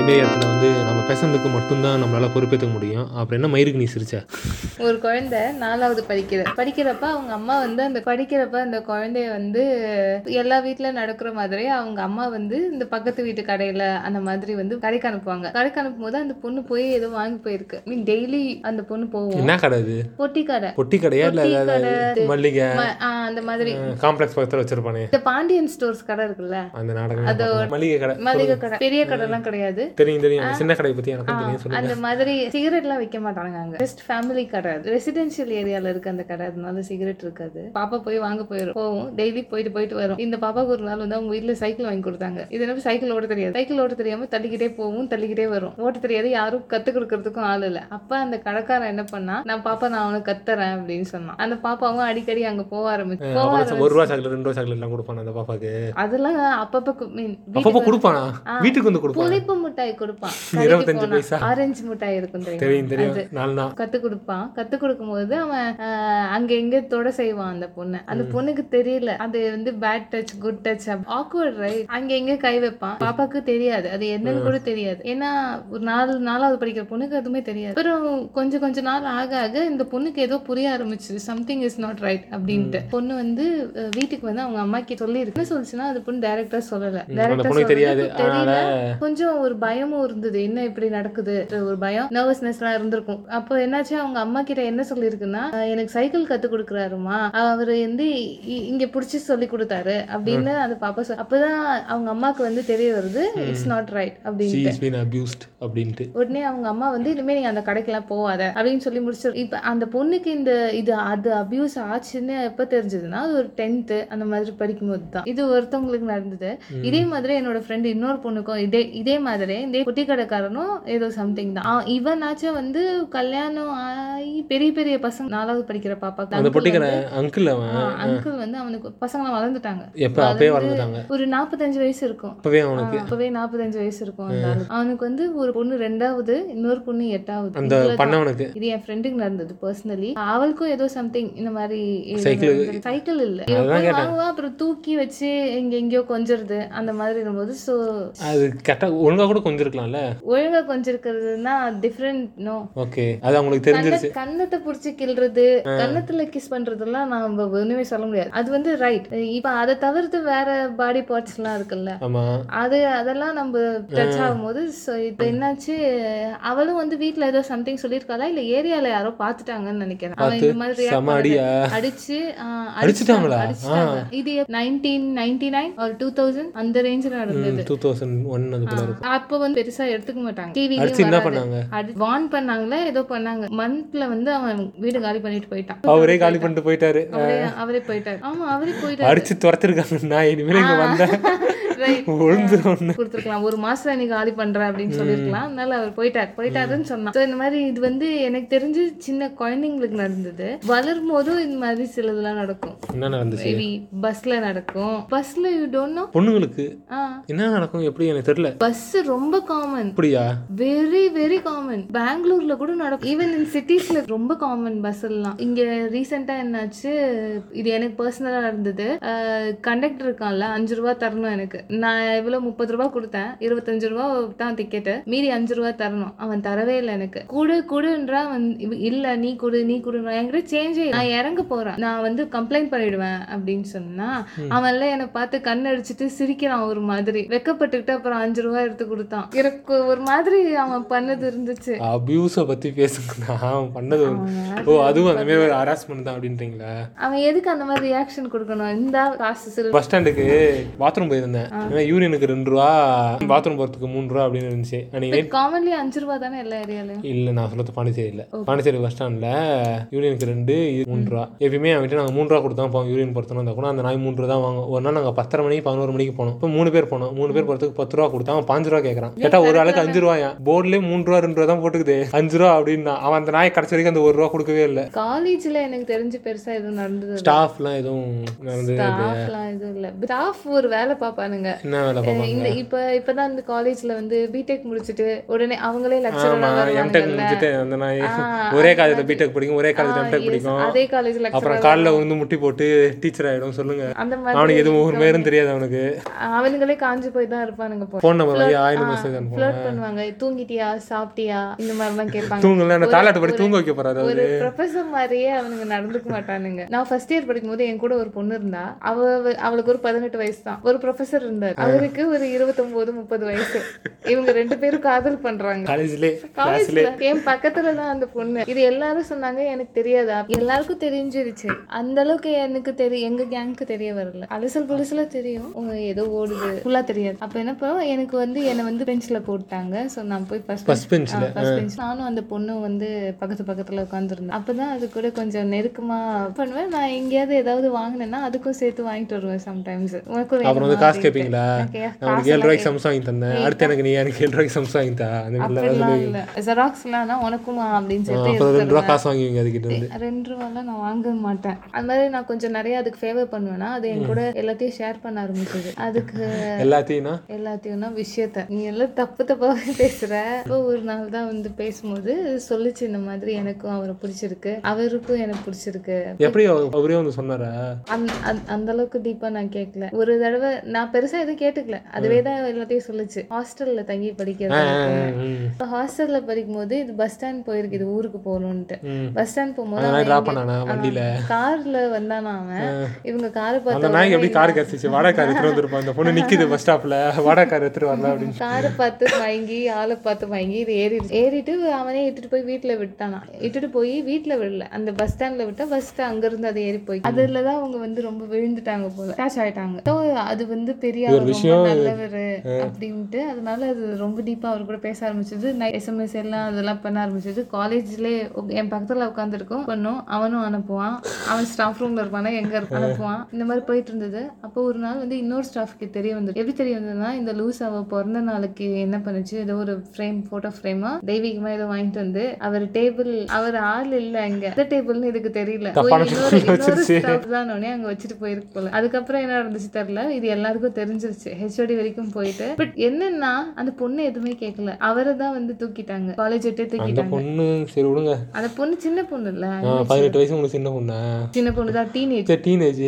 ஒரே இடத்துல வந்து நம்ம பேசுனதுக்கு மட்டும்தான் நம்மளால் பொறுப்பேற்றுக்க முடியும் அப்புறம் என்ன மயிருக்கு நீ சிரிச்ச ஒரு குழந்தை நாலாவது படிக்கிற படிக்கிறப்ப அவங்க அம்மா வந்து அந்த படிக்கிறப்ப அந்த குழந்தைய வந்து எல்லா வீட்ல நடக்கிற மாதிரி அவங்க அம்மா வந்து இந்த பக்கத்து வீட்டு கடையில அந்த மாதிரி வந்து கடைக்கு அனுப்புவாங்க கடைக்கு அனுப்பும் போது அந்த பொண்ணு போய் ஏதோ வாங்கி போயிருக்கு மீன் டெய்லி அந்த பொண்ணு போவோம் என்ன கடை இது பொட்டி கடை பொட்டி கடையா இல்லை பொட்டி ஏதாவது மல்லிகை ம- ஆ, அந்த மாதிரி காம்ப்ளெக்ஸ் பக்கத்தில் வச்சிருப்பானே இந்த பாண்டியன் ஸ்டோர்ஸ் கடை இருக்குல்ல அந்த நாடகம் மளிகை கடை மளிகை கடை பெரிய கடைலாம் கிடையாது தெரியும் தெரியும் அந்த சின்ன கடையை பற்றி எனக்கும் தெரியும் ஆ, அந்த மாதிரி சிகரெட்லாம் விற்க மாட்டாங்க அங்க ஜஸ்ட் ஃபேமிலி கடை ரெசிடென்ஷியல் ஏரியால இருக்க அந்த கடை அதனால சிகரெட் இருக்காது பாப்பா போய் வாங்க போயிடும் போவோம் டெய்லி போயிட்டு போயிட்டு வரும் இந்த பாப்பாக்கு ஒரு நாள் வந்து அவங்க வீட்ல சைக்கிள் வாங்கி கொடுத்தாங்க இது என்ன சைக்கிள் ஓட தெரியாது சைக்கிள் ஓட தெரியாம தள்ளிக்கிட்டே போகும் தள்ளிக்கிட்டே வரும் ஓட்ட தெரியாது யாரும் கத்து கொடுக்கறதுக்கும் ஆள் இல்ல அப்ப அந்த கடைக்காரன் என்ன பண்ணா நான் பாப்பா நான் அவனுக்கு கத்துறேன் அப்படின்னு சொன்னான் அந்த பாப்பாவும் அடிக்கடி அங்க போக ஆரம்பிச்சு போக சொல்லி ஒரு ஆரம்பிச்சு ரூபா சாக்லேட் ரெண்டு ரூபா சாக்லேட் எல்லாம் கொடுப்பான் அந்த பாப்பாக்கு அதெல்லாம் அப்பப்ப மீன் அப்பப்போ கொடுப்பானா ஆ. வீட்டுக்கு வந்து கொடுப்பான் புளிப்பு மிட்டாய் கொடுப்பான் இருபத்தஞ்சு பைசா. ஆரஞ்சு மிட்டாய் இருக்கும் தெரியுமா தெரியும் தெரியும் நாலு நாள் கத்து கொடுப்பான் கத்து கொடுக்கும்போது அவன் ஆஹ், அங்க எங்க தொட செய்வான் அந்த பொண்ணு அந்த பொண்ணுக்கு தெரியல அது வந்து bad touch good touch awkward right அங்க எங்க கை வைப்பான் பாப்பாக்கு தெரியாது அது என்னன்னு கூட தெரியாது ஏன்னா ஒரு நாலு நாலாவது படிக்கிற பொண்ணுக்கு அதுவுமே தெரியாது அப்புறம் கொஞ்சம் கொஞ்ச நாள் ஆக ஆக இந்த பொண்ணுக்கு ஏதோ புரிய ஆரம்பிச்சு சம்திங் இஸ் நாட் ரைட் அப்படின்ட்டு பொண்ணு வந்து அஹ், வீட்டுக்கு வந்து அவங்க அம்மாக்கு சொல்லி இருக்கு என்ன சொல்லுச்சுன்னா அது பொண்ணு டைரக்டா சொல்லல ம், அந்த டைரக்டா பொண்ணுக்கு தெரியாது தெரியல அதனால கொஞ்சம் ஒரு பயமும் இருந்தது என்ன இப்படி நடக்குது ஒரு பயம் நர்வஸ்னஸ்லாம் இருந்திருக்கும் அப்போ என்னாச்சு அவங்க அம்மா கிட்ட என்ன சொல்லியிருக்குன்னா "அஹ் எனக்கு சைக்கிள் கத்து கொடுக்குறாருமா அவர் வந்து இ- இங்க புடிச்சு சொல்லி கொடுத்தாரு அப்படின்னு அந்த பாப்பா சொல் அப்பதான் அவங்க அம்மாக்கு வந்து தெரிய வருது இட்ஸ் நாட் ரைட் ஷி அப்படின்னு இஸ் பீன் அபியூஸ்ட் அப்படின்ட்டு உடனே அவங்க அம்மா வந்து இனிமே நீங்க அந்த கடைக்கெல்லாம் போகாத அப்படின்னு சொல்லி முடிச்சு இப்ப அந்த பொண்ணுக்கு இந்த இது அது அபியூஸ் ஆச்சுன்னு எப்ப தெரிஞ்சதுன்னா அது ஒரு டென்த்து அந்த மாதிரி படிக்கும்போது தான் இது ஒருத்தவங்களுக்கு நடந்தது இதே மாதிரி என்னோட ஃப்ரெண்டு இன்னொரு பொண்ணுக்கும் இதே இதே மாதிரி இதே குட்டி கடைக்காரனும் ஏதோ சம்திங் தான் அவன் இவனாச்சும் வந்து கல்யாணம் ஆகி பெரிய பெரிய பசங்க நாலாவது படிக்கிற பாப்பா அந்த பொட்டி கடை அங்கிள் அவன் அங்கிள் வந்து அவனுக்கு பசங்களாம் வளர்ந்துட்டாங்க எப்போ அப்பயே வளர்ந்துட்டாங்க ஒரு நாற்பத்தஞ்சு வயசு இருக்கும் அப்பவே அவனுக்கு ஆ, அப்பவே நாற்பத்தஞ்சு வயசு இருக்கும் அந்த ஆளுக்கு. அவனுக்கு வந்து ஒரு பொண்ணு ரெண்டாவது இன்னொரு பொண்ணு எட்டாவது அந்த இவ்வளவுதான். பண்ணவனுக்கு இது என் ஃப்ரெண்டுக்கு நடந்தது பர்சனலி அவளுக்கும் ஏதோ சம்திங் இந்த மாதிரி ஏதோ Cycle. நடந்தது. சைக்கிள் இல்ல இவ அதுதான் போய் கேட்டேன். வாங்குவா அப்புறம் தூக்கி வச்சு எங்க எங்கேயோ கொஞ்சிருது அந்த மாதிரி இருக்கும்போது ஸோ அது கரெக்டாக ஒழுங்காக கூட கொஞ்சிருக்கலாம்ல ஒழுங்கா கொஞ்சிருக்கிறதுனா டிஃப்ரெண்ட் நோ ஓகே அது அவங்களுக்கு தெரிஞ்சிருச்சு கன்னத்தை புடிச்சு கிள்றது கன்னத்துல கிஸ் பண்றதெல்லாம் நம்ம ஒண்ணுமே சொல்ல முடியாது அது வந்து ரைட் இப்ப அதை தவிர்த்து வேற பாடி பார்ட்ஸ் எல்லாம் இருக்குல்ல ஆமா அது அதெல்லாம் நம்ம டச் ஆகும்போது ஸோ இப்போ என்னாச்சு அவளும் வந்து வீட்ல ஏதோ சம்திங் சொல்லியிருக்காளா இல்ல ஏரியால யாரோ பார்த்துட்டாங்கன்னு நினைக்கிறேன் அவன் இந்த மாதிரி react செம பண்ணது. அடியா அடிச்சு ஆஹ், அடிச்சிட்டாங்களா? அடிச்சிட்டாங்க இது நைன்டீன் நைன்டி நைன் ஒரு டூ தௌசண்ட் அந்த ரேஞ்சில் நடந்தது டூ தௌசண்ட் ஒன் அது போல இருக்கும் அப்போ வந்து பெருசா எடுத்துக்க மாட்டாங்க அடிச்சு என்ன டிவிலையும் பண்ணாங்க அடி வார்ன் பண்ணாங்களா ஏதோ பண்ணாங்க மந்த்ல வந்து அவன் வீடு காலி பண்ணிட்டு போயிட்டான் அவரே காலி பண்ணிட்டு போயிட்டாரு அவரே அவரே போயிட்டாரு ஆமா அவரே போயிட்டாரு அடிச்சு துரத்திருக்காங்க நான் இனிமேல் இங்க வந்த Right. விழுந்துரும் கொடுத்துருக்கலாம் ஒரு மாசம் நீ காலி பண்ற அப்படின்னு சொல்லியிருக்கலாம் அதனால அவர் போயிட்டார் போயிட்டாருன்னு சொன்னா So, இந்த மாதிரி இது வந்து எனக்கு தெரிஞ்சு சின்ன குழந்தைங்களுக்கு நடந்தது வளரும் போதும் இந்த மாதிரி சிலதெல்லாம் நடக்கும் என்ன நடந்துச்சு மேபி பஸ்ல நடக்கும் பஸ்ல யூ டோன்ட் நோ பொண்ணுங்களுக்கு ஆ என்ன நடக்கும் எப்படி எனக்கு தெரியல பஸ் ரொம்ப காமன் அப்படியா வெரி வெரி காமன் பெங்களூர்ல கூட நடக்கும் ஈவன் இன் சிட்டிஸ்ல ரொம்ப காமன் பஸ் எல்லாம் இங்க ரீசெண்டா என்னாச்சு இது எனக்கு பர்சனலா நடந்தது கண்டக்டர் இருக்கான்ல அஞ்சு ரூபா தரணும் எனக்கு நான் எவ்வளவு முப்பது ரூபா கொடுத்தேன் இருபத்தஞ்சு ரூபா தான் டிக்கெட்டு மீதி அஞ்சு ரூபா தரணும் அவன் தரவே இல்லை எனக்கு குடு குடுன்றா வந்து இவ- இல்ல நீ குடு நீ குடுன்றா என்கிட்ட சேஞ்சே நான் இறங்க போறேன் நான் வந்து கம்ப்ளைண்ட் பண்ணிடுவேன் அப்படின்னு சொன்னா அவன்லாம் என்னை பார்த்து கண் அடிச்சிட்டு சிரிக்கிறான் ஒரு மாதிரி வெக்கப்பட்டுக்கிட்டு அப்புறம் அஞ்சு ரூபா எடுத்து கொடுத்தான் எனக்கு ஒரு மாதிரி அவன் பண்ணது இருந்துச்சு அபியூஸ பத்தி பேசுங்க அவன் பண்ணது ஒரு- ஓ அதுவும் அந்த மாதிரி ஒரு ஹராஸ்மெண்ட் தான் அப்படின்றீங்களா அவன் எதுக்கு அந்த மாதிரி ரியாக்ஷன் கொடுக்கணும் இந்த காசு சில பஸ் ஸ்டாண்டுக்கு பாத்ரூம் போயிருந்தேன் ஏன்னா யூனியனுக்கு ரெண்டு ரூபா பாத்ரூம் போறதுக்கு மூணு ரூபா அப்படின்னு இருந்துச்சு அன்னைக்கு காமன்லி அஞ்சு ரூபா தானே எல்லா ஏரியாலையும் இல்லை நான் சொல்றது பாண்டிச்சேரி இல்லை பாண்டிச்சேரி பஸ் ஸ்டாண்டில் யூனியனுக்கு ரெண்டு இது மூணு ரூபா எப்பயுமே அவன்கிட்ட நாங்கள் மூணு ரூபா கொடுத்தா போவோம் யூனியன் பொறுத்தோம் அந்த கூட அந்த நாய் மூணு ரூபா தான் வாங்குவோம் ஒரு நாள் நாங்கள் பத்தரை மணிக்கு பதினோரு மணிக்கு போனோம் இப்போ மூணு பேர் போனோம் மூணு பேர் போகிறதுக்கு பத்து ரூபா கொடுத்தா அவன் பாஞ்சு ரூபா கேட்குறான் கேட்டால் ஒரு ஆளுக்கு அஞ்சு ரூபாயா போர்டிலே மூணு ரூபா ரெண்டு ரூபா தான் போட்டுக்குது அஞ்சு ரூபா அப்படின்னா அவன் அந்த நாய் கடைசி வரைக்கும் அந்த ஒரு ரூபா கொடுக்கவே இல்லை காலேஜ்ல எனக்கு தெரிஞ்சு பெருசா எதுவும் நடந்தது ஸ்டாஃப்லாம் எதுவும் நடந்தது ஸ்டாஃப்லாம் எதுவும் இல்லை ஸ்டாஃப் ஒரு வேலை பார்ப்பானுங்க பண்ணுவாங்க என்ன வேலை அஹ் பார்ப்பாங்க இந்த இப்ப இப்பதான் இந்த காலேஜ்ல வந்து பிடெக் முடிச்சிட்டு உடனே அவங்களே ஆமா லெக்சரர் எம்டெக் முடிச்சுட்டு அந்த நான் ஆ, ஒரே அந்த காலேஜ்ல மாதிரி. பிடெக் படிக்கும் ஒரே காலேஜ்ல எம்டெக் படிக்கும் அதே காலேஜ் அப்புறம் லெக்சரர் காலில் உருந்து முட்டி போட்டு டீச்சர் ஆயிடும் சொல்லுங்க அந்த அவனுக்கு மாதிரி எதுவும் ஒரு மேரும் தெரியாது அவனுக்கு அவனுங்களே காஞ்சு போய் தான் இருப்பானுங்க போ ஃபோன் நம்பர் வழியா ஆயிரம் மெசேஜ் அனுப்புவான் ஃப்ளோட் பண்ணுவாங்க தூங்கிட்டியா சாப்பிட்டியா இந்த மாதிரிலாம் கேட்பாங்க தூங்கல நான் தாலாட்டு படி தூங்க வைக்க போறாரு ஒரு ப்ரொஃபசர் மாதிரியே அவனுங்க நடந்துக்க மாட்டானுங்க நான் ஃபர்ஸ்ட் இயர் படிக்கும் போது என் கூட ஒரு பொண்ணு இருந்தா அவ அவ- அவளுக்கு ஒரு பதினெட்டு வயசு தான் ஒரு ப்ரொஃபசர் இருந்தார் அவருக்கு ஒரு இருபத்தொன்பது முப்பது வயசு இவங்க ரெண்டு பேரும் காதல் பண்றாங்க காலேஜ்லயே காலேஜ்ல என் பக்கத்துல தான் அந்த பொண்ணு இது எல்லாரும் சொன்னாங்க எனக்கு தெரியாதா எல்லாருக்கும் தெரிஞ்சிருச்சு அந்த அளவுக்கு எனக்கு தெரியும் எங்க கேங்க்கு தெரிய வரல அலசல் புலசுல தெரியும் உங்க ஏதோ ஓடுது ஃபுல்லா தெரியாது அப்ப என்ன பண்ணுவோம் எனக்கு வந்து என்னை வந்து பெஞ்ச்ல போட்டாங்க சோ நான் போய் ஃபர்ஸ்ட் ஃபர்ஸ்ட் பெஞ்ச்ல first bench. நானும் அந்த பொண்ணும் வந்து பக்கத்து பக்கத்துல உட்காந்துருந்தேன் அப்பதான் அது கூட கொஞ்சம் நெருக்கமா பண்ணுவேன் நான் எங்கேயாவது ஏதாவது வாங்கினேன்னா அதுக்கும் சேர்த்து வாங்கிட்டு வருவேன் சம்டைம்ஸ் உனக்கும் அப்புறம் வந்து வேணுமா? காசு கேட்பீங்களா Okay, நான் உனக்கு ஏழு ரூபாய்க்கு சம்சம் வாங்கி தந்தேன் அடுத்து எனக்கு நீ எனக்கு ஏழு ரூபாய்க்கு சம்சம் வாங்கி தா அந்த மாதிரிலாம் ஏதாவது அப்படிலாம் இல்ல ஜெராக்ஸ்லாம் உனக்குமா அப்படின்னு சொல்லிட்டு அப்புறம் ரெண்டு ரூபா காசு வாங்குவீங்க அதுக்கிட்ட இருந்து ரெண்டு ரூபாலாம் நான் வாங்க மாட்டேன் அது மாதிரி நான் கொஞ்சம் நிறைய அதுக்கு ஃபேவர் பண்ணுவேன்னா அது என் கூட எல்லாத்தையும் ஷேர் பண்ண ஆரம்பிச்சது அதுக்கு எல்லாத்தையும்னா எல்லாத்தையும்னா விஷயத்த நீ எல்லாம் தப்பு தப்பாவே பேசுற இப்போ ஒரு நாள் தான் வந்து பேசும்போது சொல்லுச்சு இந்த மாதிரி எனக்கும் அவரை பிடிச்சிருக்கு அவருக்கும் எனக்கு பிடிச்சிருக்கு எப்படி அவ- அவரே வந்து சொன்னாரா அந்த அந்த- அந்த அளவுக்கு டீப்பா நான் கேட்கல ஒரு தடவை நான் பெருசா எதுவும் கேட்டுக்கல அதுவே தான் எல்லாத்தையும் சொல்லுச்சு ஹாஸ்டல்ல தங்கி படிக்கிறது எனக்கு. ம், இப்போ ஹாஸ்டல்ல படிக்கும்போது இது பஸ் ஸ்டாண்ட் போயிருக்கு இது ஊருக்கு போகணுன்ட்டு ம். பஸ் ஸ்டாண்ட் போகும்போது அந்த அவன் நாய் டிராப் பண்ணானா வண்டியில கார்ல வந்தானா அவன் இவங்க காரை அந்த பார்த்த நாய்க்கு எப்படி கார் கிடச்சிச்சு வாடகை கார் எடுத்துட்டு வந்திருப்பான் அந்த பொண்ணு நிக்குது பஸ் ஸ்டாப்ல வாடகை கார் எடுத்துட்டு வரல அப்படின்னு காரை பார்த்து மயங்கி ஆளை பார்த்து மயங்கி இது ஏறி ஏறிட்டு அவனே இட்டுட்டு போய் வீட்டுல விட்டானா இட்டுட்டு போய் வீட்டுல விடல அந்த பஸ் ஸ்டாண்ட்ல விட்டா பஸ் அங்க இருந்து அது ஏறி போய் அதுல தான் அவங்க வந்து ரொம்ப விழுந்துட்டாங்க போல கேட்ச் ஆயிட்டாங்க So, அது வந்து பெரிய இது ஒரு ஆளு, ரொம்ப விஷயம். நல்லவர் அப்படின்ட்டு அதனால அது ரொம்ப டீப்பா அவர் கூட பேச ஆரம்பிச்சது எஸ்எம்எஸ் எல்லாம் அதெல்லாம் பண்ண ஆரம்பிச்சது காலேஜ்லயே என் பக்கத்துல உட்காந்துருக்கும் பண்ணும் அவனும் அனுப்புவான் அவன் ஸ்டாஃப் ரூம்ல இருப்பானா எங்க இருப்பான் அனுப்புவான் இந்த மாதிரி போயிட்டு இருந்தது அப்போ ஒரு நாள் வந்து இன்னொரு ஸ்டாஃப்க்கு தெரிய வந்தது எப்படி தெரிய வந்ததுன்னா இந்த லூஸ் அவ பிறந்த நாளுக்கு என்ன பண்ணுச்சு ஏதோ ஒரு ஃப்ரேம் போட்டோ ஃப்ரேமா தெய்வீகமா ஏதோ வாங்கிட்டு வந்து அவர் டேபிள் அவர் ஆள் இல்ல இங்க இந்த டேபிள்னு இதுக்கு தெரியல போய் தப்பான இன்னொரு- table இன்னொரு வச்சிருச்சு. staff தான் உடனே அங்க வச்சுட்டு போயிருக்கு போல அதுக்கப்புறம் என்ன நடந்துச்சு தெரியல இது எல்லாருக்கும் தெரிஞ்சிருச்சு ஹெச்ஓடி வரைக்கும் போயிட்டு பட் என்னன்னா அந்த பொண்ணு எதுவுமே கேட்கல அவரை தான் வந்து தூக்கிட்டாங்க காலேஜ் விட்டே அந்த தூக்கிட்டாங்க பொண்ணு சரி விடுங்க அந்த பொண்ணு சின்ன பொண்ணு இல்ல ஆ, பதினெட்டு வயசு உங்களுக்கு சின்ன பொண்ணா சின்ன பொண்ணு தான் டீனேஜ் சரி டீனேஜ்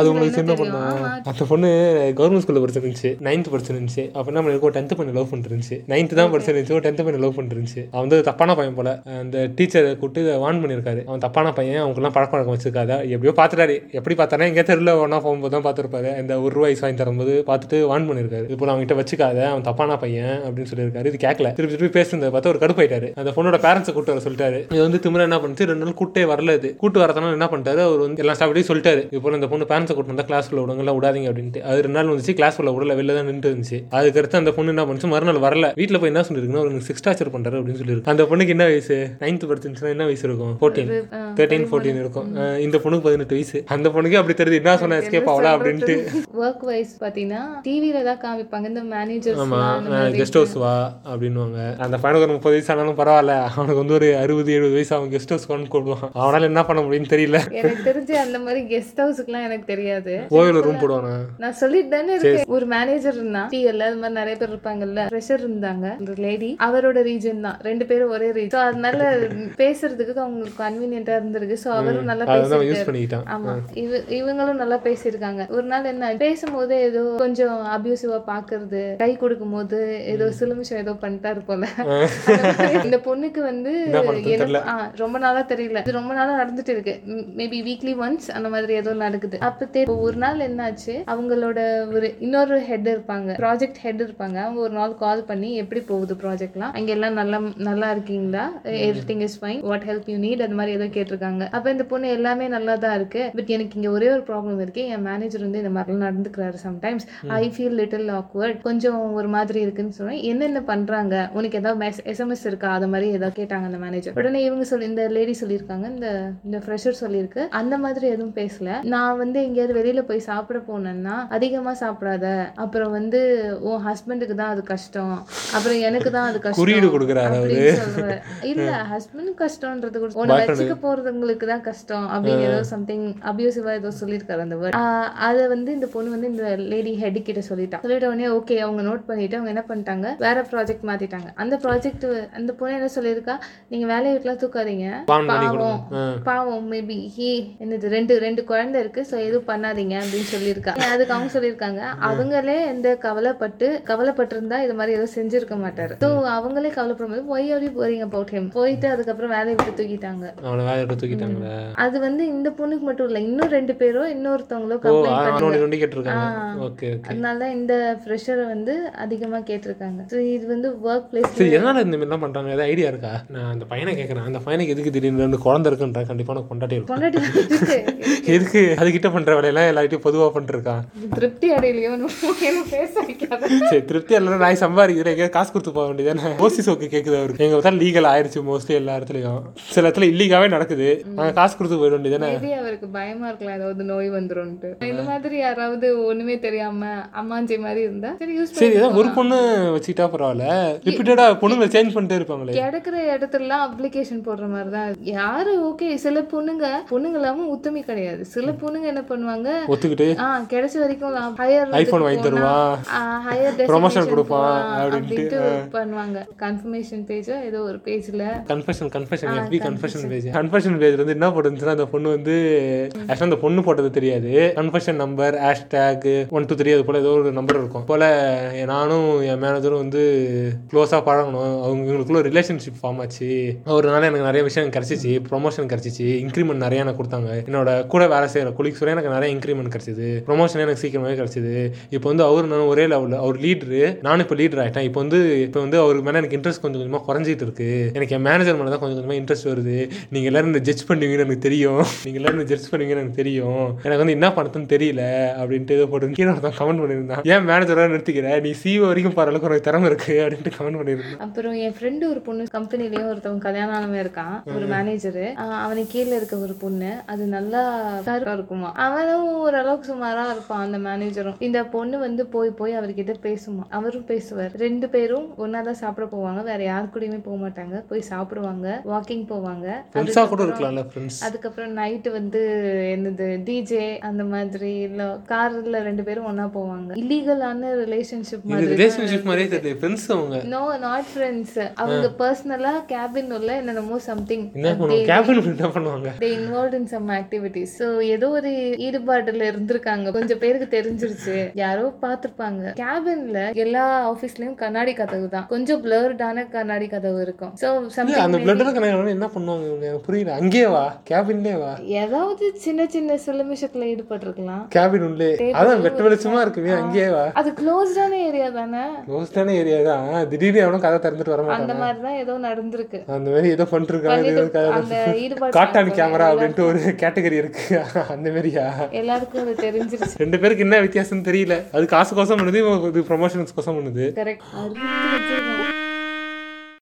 அது உங்களுக்கு சின்ன டீனேஜ்ல பொண்ணா தெரியும் ஆமா. அந்த பொண்ணு கவர்மெண்ட் ஸ்கூல்ல படிச்சிருந்துச்சு நைன்த் படிச்சிருந்துச்சு அப்ப என்ன பண்ணிருக்கோம் டென்த் பண்ணி லவ் பண்ணிருந்துச்சு நைன்த் தான் படிச்சிருந்துச்சு டென்த் பண்ணி லவ் பண்ணிருந்துச்சு அவன் வந்து தப்பான பையன் போல அந்த டீச்சரை கூப்பிட்டு வார்ன் பண்ணியிருக்காரு அவன் தப்பான பையன் அவங்களுக்குலாம் பழக்க வழக்கம் வச்சிருக்காதா எப்படியோ பார்த்துட்டாரு எப்படி பார்த்தானா எங்கேயா தெருல ஒன்னா போகும்போது தான் பார்த்துருப்பாரு இந்த ஒரு ரூபாய் வாங்கி தரும்போது பார்த்துட்டு வார்ன் பண்ணியிருக்காரு இது போல அவன்கிட்ட வச்சுக்காத அவன் தப்பான பையன் அப்படின்னு சொல்லியிருக்காரு இது கேட்கல திருப்பி திருப்பி பேசுனதை பார்த்து ஒரு கடுப்பாயிட்டாரு அந்த பொண்ணோட பேரண்ட்ஸை கூட்டு வர சொல்லிட்டாரு இது வந்து திமிர என்ன பண்ணுச்சு ரெண்டு நாள் கூட்டே வரல இது கூட்டு வரதுனால என்ன பண்ணிட்டாரு அவர் வந்து எல்லா ஸ்டாஃப்டையும் சொல்லிட்டாரு இது போல இந்த பொண்ணு பேரண்ட்ஸை கூட்டு வந்தா கிளாஸ் உள்ள விடுங்களா விடாதீங்க அப்படின்ட்டு அது ரெண்டு நாள் வந்துச்சு கிளாஸ் உள்ள விடல வெளில தான் நின்று இருந்துச்சு அதுக்கடுத்து அந்த பொண்ணு என்ன பண்ணுச்சு மறுநாள் வரல வீட்டுல போய் என்ன சொல்லிருக்குன்னா ஒரு சிக்ஸ் டாச்சர் பண்றாரு அப்படின்னு சொல்லிருக்கு அந்த பொண்ணுக்கு என்ன வயசு நைன்த் படிச்சிருந்துச்சுன்னா என்ன வயசு இருக்கும் ஃபோர்டீன் ஒரு, ஆ, தேர்ட்டீன் ஃபோர்டீன் இருக்கும் அஹ் இந்த பொண்ணுக்கு பதினெட்டு வயசு அந்த பொண்ணுக்கு அப்படி தெரியுது என்ன சொன்ன எஸ்கேப் ஆகலாம் அப்படின்ட்டு ஒர்க் வைஸ் பாத்தீங்கன்னா டிவில தான் காமிப்பாங்க இந்த ஆமா மேனேஜர்ஸ் கெஸ்ட் ஹவுஸ் வா அப்படின்னுவாங்க அந்த பையனுக்கு ஒரு முப்பது வயசு ஆனாலும் பரவாயில்ல அவனுக்கு வந்து ஒரு அறுபது எழுபது வயசு அவன் கெஸ்ட் ஹவுஸ் கொண்டு கூடுவான் அவனால என்ன பண்ண முடியும்னு தெரியல எனக்கு தெரிஞ்சு அந்த மாதிரி கெஸ்ட் ஹவுஸுக்குலாம் எனக்கு தெரியாது கோவில ரூம் போடுவானா நான் சொல்லிட்டு தானே இருக்கேன் ஒரு மேனேஜர் இருந்தா பிஎல் அது மாதிரி நிறைய பேர் இருப்பாங்கல்ல ப்ரெஷர் இருந்தாங்க ஒரு லேடி அவரோட ரீஜன் தான் ரெண்டு பேரும் ஒரே ரீஜன் அதனால பேசுறதுக்கு அவங்களுக்கு கன்வீனியன்ட்டா இருந்திருக்கு சோ அவரும் நல்லா அதை வந்து அவன் பேசிட்டு யூஸ் பண்ணிக்கிட்டான் ஆமா இவ இவங்களும் நல்லா பேசியிருக்காங்க ஒரு நாள் என்ன ஆச்சு? பேசும்போது ஏதோ கொஞ்சம் அபியூசிவா பாக்குறது கை கொடுக்கும் போது ஏதோ சிலுமிஷம் ஏதோ பண்ணிட்டாரு போல அந்த மாதிரி இந்த பொண்ணுக்கு வந்து என்ன பண்றது என்ன- ஆ, ரொம்ப நாளா தெரியல இது ரொம்ப நாளா நடந்துட்டு இருக்கு மேபி வீக்லி ஒன்ஸ் அந்த மாதிரி ஏதோ நடக்குது அப்ப தெ- இப்போ ஒரு நாள் என்னாச்சு அவங்களோட ஒரு இன்னொரு ஹெட் இருப்பாங்க ப்ராஜெக்ட் ஹெட் இருப்பாங்க அவங்க ஒரு நாள் கால் பண்ணி எப்படி போகுது ப்ராஜெக்ட்லாம் அங்க எல்லாம் நல்லா நல்லா இருக்கீங்களா everything is fine what help you need அது மாதிரி ஏதோ கேட்டிருக்காங்க அப்ப இந்த பொண்ணு எல்லாமே நல்லா தான் இருக்கு பட் எனக்கு இங்க ஒரே ஒரு ப்ராப்ளம் இருக்கு என் மேனேஜர் வந்து இந்த மாதிரிலாம் நடந்துக்கிறாரு sometimes I feel little awkward கொஞ்சம் ஒரு மாதிரி இருக்குன்னு சொன்னேன் என்னென்ன பண்றாங்க உனக்கு ஏதாவது எஸ்எம்எஸ் இருக்கா அது மாதிரி ஏதாவது கேட்டாங்க அந்த மேனேஜர் உடனே இவங்க சொல்லி இந்த லேடி சொல்லியிருக்காங்க இந்த இந்த ஃப்ரெஷர் சொல்லியிருக்கு அந்த மாதிரி எதுவும் பேசல நான் வந்து எங்கேயாவது வெளியில போய் சாப்பிட போனேன்னா அதிகமா சாப்பிடாத அப்புறம் வந்து உன் ஹஸ்பண்டுக்கு தான் அது கஷ்டம் அப்புறம் எனக்கு தான் அது கஷ்டம் குறியீடு கொடுக்குறாரு அவரு அப்படின்னு சொல்ற. இல்ல ஹஸ்பண்ட் கஷ்டம்ன்றது கூட உன்னை வச்சுக்க போறதுங்களுக்கு தான் கஷ்டம் அப்படின்னு ஏதோ சம்திங் அபியூசிவா ஏதோ சொல்லியிருக்காரு அந்த வேர்ட் அதை வந்து இந்த பொண்ணு வந்து இந்த லேடி ஹெட் கிட்ட சொல்லிட்டான் சொல்லிட்ட உடனே ஓகே அவங்க நோட் பண்ணிட்டு அவங்க என்ன பண்ணிட்டாங்க வேற ப்ராஜெக்ட் மாத்திட்டாங்க அந்த ப்ராஜெக்ட் அந்த பொண்ணு என்ன சொல்லியிருக்கா நீங்க வேலையை வீட்டுலாம் தூக்காதீங்க பான் பண்ணி பாவம் கொடுங்க ஆ. பாவம் மேபி ஹி என்னது ரெண்டு ரெண்டு குழந்தை இருக்கு ஸோ எதுவும் பண்ணாதீங்க அப்படின்னு சொல்லியிருக்காங்க அதுக்கு அவங்க சொல்லியிருக்காங்க அவங்களே எந்த கவலைப்பட்டு கவலைப்பட்டிருந்தா இது மாதிரி எதுவும் செஞ்சிருக்க மாட்டாரு ஸோ அவங்களே கவலைப்படும் போது ஒய் அப்படி போறீங்க போட் ஹிம் போயிட்டு அதுக்கப்புறம் வேலையை விட்டு தூக்கிட்டாங்க அவனை வேலை விட்டு தூக்கிட்டாங்களே அது வந்து இந்த பொண்ணுக்கு மட்டும் இல்லை இன்னும் ரெண்டு பேரோ இன்னொருத்தவங்களோ ஓ கம்ப்ளைண்ட் பண்ணி நோண்டி நோண்டி கேட்டிருக்காங்க ஆ. ஓகே ஓகே அதனால தான் இந்த ஃப்ரெஷரை வந்து அதிகமா கேட்டிருக்காங்க ஸோ இது வந்து சரி ஒர்க் பிளேஸ் எதனால இந்த மாதிரிலாம் பண்றாங்க ஏதாவது ஐடியா இருக்கா நான் அந்த பையனை கேட்கறேன் அந்த பையனுக்கு எதுக்கு திடீர்னு ரெண்டு குழந்தை இருக்குன்றா கண்டிப்பா நான் கொண்டாட்டி இருக்கும் பொண்டாட்டி வந்துட்டு எதுக்கு அதுகிட்ட பண்ற வேலையெல்லாம் எல்லார்ட்டையும் பொதுவா பண்ணிருக்கான் திருப்தி அடையலையோ எனக்கு பேச வைக்காத சரி திருப்தி எல்லாரும் நான் சம்பாதிக்கிறேன் எங்கேயாவது காசு கொடுத்து போக வேண்டியதானே ஓசி சோக்கு கேட்குது அவருக்கு எங்க பார்த்தா லீகல் ஆயிருச்சு மோஸ்ட்லி எல்லா இடத்துலயும் சில இடத்துல இல்லீகாவே நடக்குது அங்க காசு கொடுத்து போயிட வேண்டியதானே மேபி அவருக்கு பயமா இருக்கலாம் ஏதாவது நோய் வந்துரும்ட்டு இந்த மாதிரி யாராவது ஒண்ணுமே தெரியாம அம்மாஞ்சி மாதிரி இருந்தா சரி யூஸ் சரி பண்ணி ஏதாவது ஒரு பொண்ணு வச்சுக்கிட்டா பரவாயில்ல ரிப்பீட்டடா பொண்ணுங்களை சேஞ்ச் பண்ணிட்டே இருப்பாங்களே கிடைக்கிற இடத்துலலாம் அப்ளிகேஷன் போடுற மாதிரி தான் இருக்கு. யாரு ஓகே சில பொண்ணுங்க பொண்ணுங்க இல்லாம உத்தமி கிடையாது சில பொண்ணுங்க என்ன பண்ணுவாங்க ஒத்துக்கிட்டு ஆ கிடைச்ச வரைக்கும் ஹையர் ஐபோன் வாங்கி தருவான் ஹையர் Promotion கொடுப்பான் அப்படின்ட்டு பண்ணுவாங்க கன்ஃபர்மேஷன் பேஜோ ஏதோ ஒரு பேஜ்ல கன்ஃபெஷன் கன்ஃபெஷன் எப்படி கன்ஃபெஷன் பேஜ் கன்ஃபெஷன் பேஜ் வந்து என்ன போட்டுருந்துச்சுன்னா அந்த பொண்ணு வந்து ஆக்சுவலாக அந்த பொண்ணு போட்டது தெரியாது confession number hashtag one two three அது போல் ஏதோ ஒரு நம்பர் இருக்கும் போல் நானும் என் மேனேஜரும் வந்து க்ளோஸாக பழகணும் அவங்க இவங்களுக்குள்ள ரிலேஷன்ஷிப் ஃபார்ம் ஆச்சு ஒரு நாள் எனக்கு நிறைய விஷயம் கிடச்சிச்சு ப்ரொமோஷன் கிடச்சிச்சு இன்க்ரிமெண்ட் நிறைய எனக்கு கொடுத்தாங்க என்னோட கூட வேலை செய்கிற குளிக்கு எனக்கு நிறைய இன்க்ரிமெண்ட் கிடச்சிது ப்ரொமோஷன் எனக்கு சீக்கிரமாகவே கிடச்சிது இப்போ வந்து அவரு நானும் ஒரே லெவலில் அவர் லீடரு நானும் இப்போ லீடர் ஆகிட்டேன் இப்போ வந்து இப்போ வந்து அவருக்கு மேலே எனக்கு இன்ட்ரெஸ்ட் கொஞ்சம் கொஞ்சமாக குறைஞ்சிட்டு இருக்கு எனக்கு என் மேனேஜர் மேலே தான் கொஞ்சம் கொஞ்சமாக இன்ட்ரெஸ்ட் வருது நீங்கள் எல்லாரும் என்ன ஜட்ஜ் பண்ணுவீங்கன்னு எனக்கு தெரியும் நீங்கள் எல்லாரும் என்ன ஜட்ஜ் பண்ணுவீங்கன்னு எனக்கு தெரியும் எனக்கு வந்து என்ன பண்ணுறதுன்னு தெரியல அப்படின்ட்டு ஏதோ போட்டு கீழே ஒருத்தன் கமெண்ட் பண்ணியிருந்தான் ஏன் மேனேஜராக நிறுத்திக்கிற நீ சிஓ வரைக்கும் போகிற அளவுக்கு உனக்கு திறமை இருக்கு அப்படின்ட்டு கமெண்ட் பண்ணியிருந்தான் அப்புறம் என் ஃப்ரெண்டு ஒரு பொண்ணு கம்பெனிலேயே ஒருத்தவங்க கல்யாணம் ஆனவன் இருக்கான் ஒரு மேனேஜரு அவனுக்கு கீழே இருக்க ஒரு பொண்ணு அது நல்லா கருப்பா இருக்குமா அவனும் ஓரளவுக்கு சுமாரா இருப்பான் அந்த மேனேஜரும் இந்த பொண்ணு வந்து போய் போய் அவர்கிட்ட பேசுமா அவரும் பேசுவார் ரெண்டு பேரும் ஒண்ணா தான் சாப்பிட போவாங்க வேற யார் கூடயுமே போக மாட்டாங்க போய் சாப்பிடுவாங்க வாக்கிங் போவாங்க ஃப்ரெண்ட்ஸாக கூட இருக்கலாம்ல ஃப்ரெண்ட்ஸ் அதுக்கப்புறம் நைட்டு வந்து என்னது டிஜே அந்த மாதிரி இல்லை கார்ல ரெண்டு பேரும் ஒண்ணா போவாங்க இல்லீகலான ரிலேஷன்ஷிப் இது மாதிரி தான் ரிலேஷன்ஷிப் மாதிரியே தெரியல ஃப்ரெண்ட்ஸ் அவங்க நோ நாட் ஃப்ரெண்ட்ஸ் அவங்க பர்சனலா கேபின் உள்ள என்னென்னமோ சம்திங் என்ன பண்ணுவாங்க கேபின் என்ன பண்ணுவாங்க they involve in some activities so ஏதோ ஒரு ஈடுபாடுல இருந்திருக்காங்க கொஞ்சம் பேருக்கு தெரிஞ்சிருச்சு யாரோ பார்த்திருப்பாங்க கேபின்ல எல்லா ஆஃபீஸ்லயும் கண்ணாடி கதவு தான் கொஞ்சம் பிளர்டான கண்ணாடி கதவு இருக்கும் ஸோ இல்ல அந்த சம்திங் பிளட்ல கணக்கு என்ன பண்ணுவாங்க இவங்க எனக்கு புரியல அங்கேயே வா கேபின்லேயே வா ஏதாவது சின்ன சின்ன சிலமிஷத்துல ஈடுபட்டிருக்கலாம் கேபின் உள்ளே அதான் வெட்ட வெளிச்சமா இருக்குமே அங்கேயே வா அது க்ளோஸ்டான ஏரியா தானே மோஸ்டான ஏரியா தான் திடீர்னு எவனும் கதை திறந்துட்டு வர மாட்டான் அந்த மாதிரி தான் ஏதோ நடந்திருக்கு அந்த மாதிரி ஏதோ பண்ணிருக்காங்க ஏதோ பண்ணிட்டு கதை- அந்த ஈடுபாடு காட்டான் கேமரா அப்படின்ட்டு ஒரு கேட்டகரி இருக்கு அந்த மாதிரியா எல்லாருக்கும் அது தெரிஞ்சிருச்சு ரெண்டு பேருக்கு என்ன வித்தியாசம் தெரியல அது காசு கோசம் பண்ணுது இவன் இது ப்ரொமோஷன்ஸ் கோசம் பண்ணுது கரெக்ட்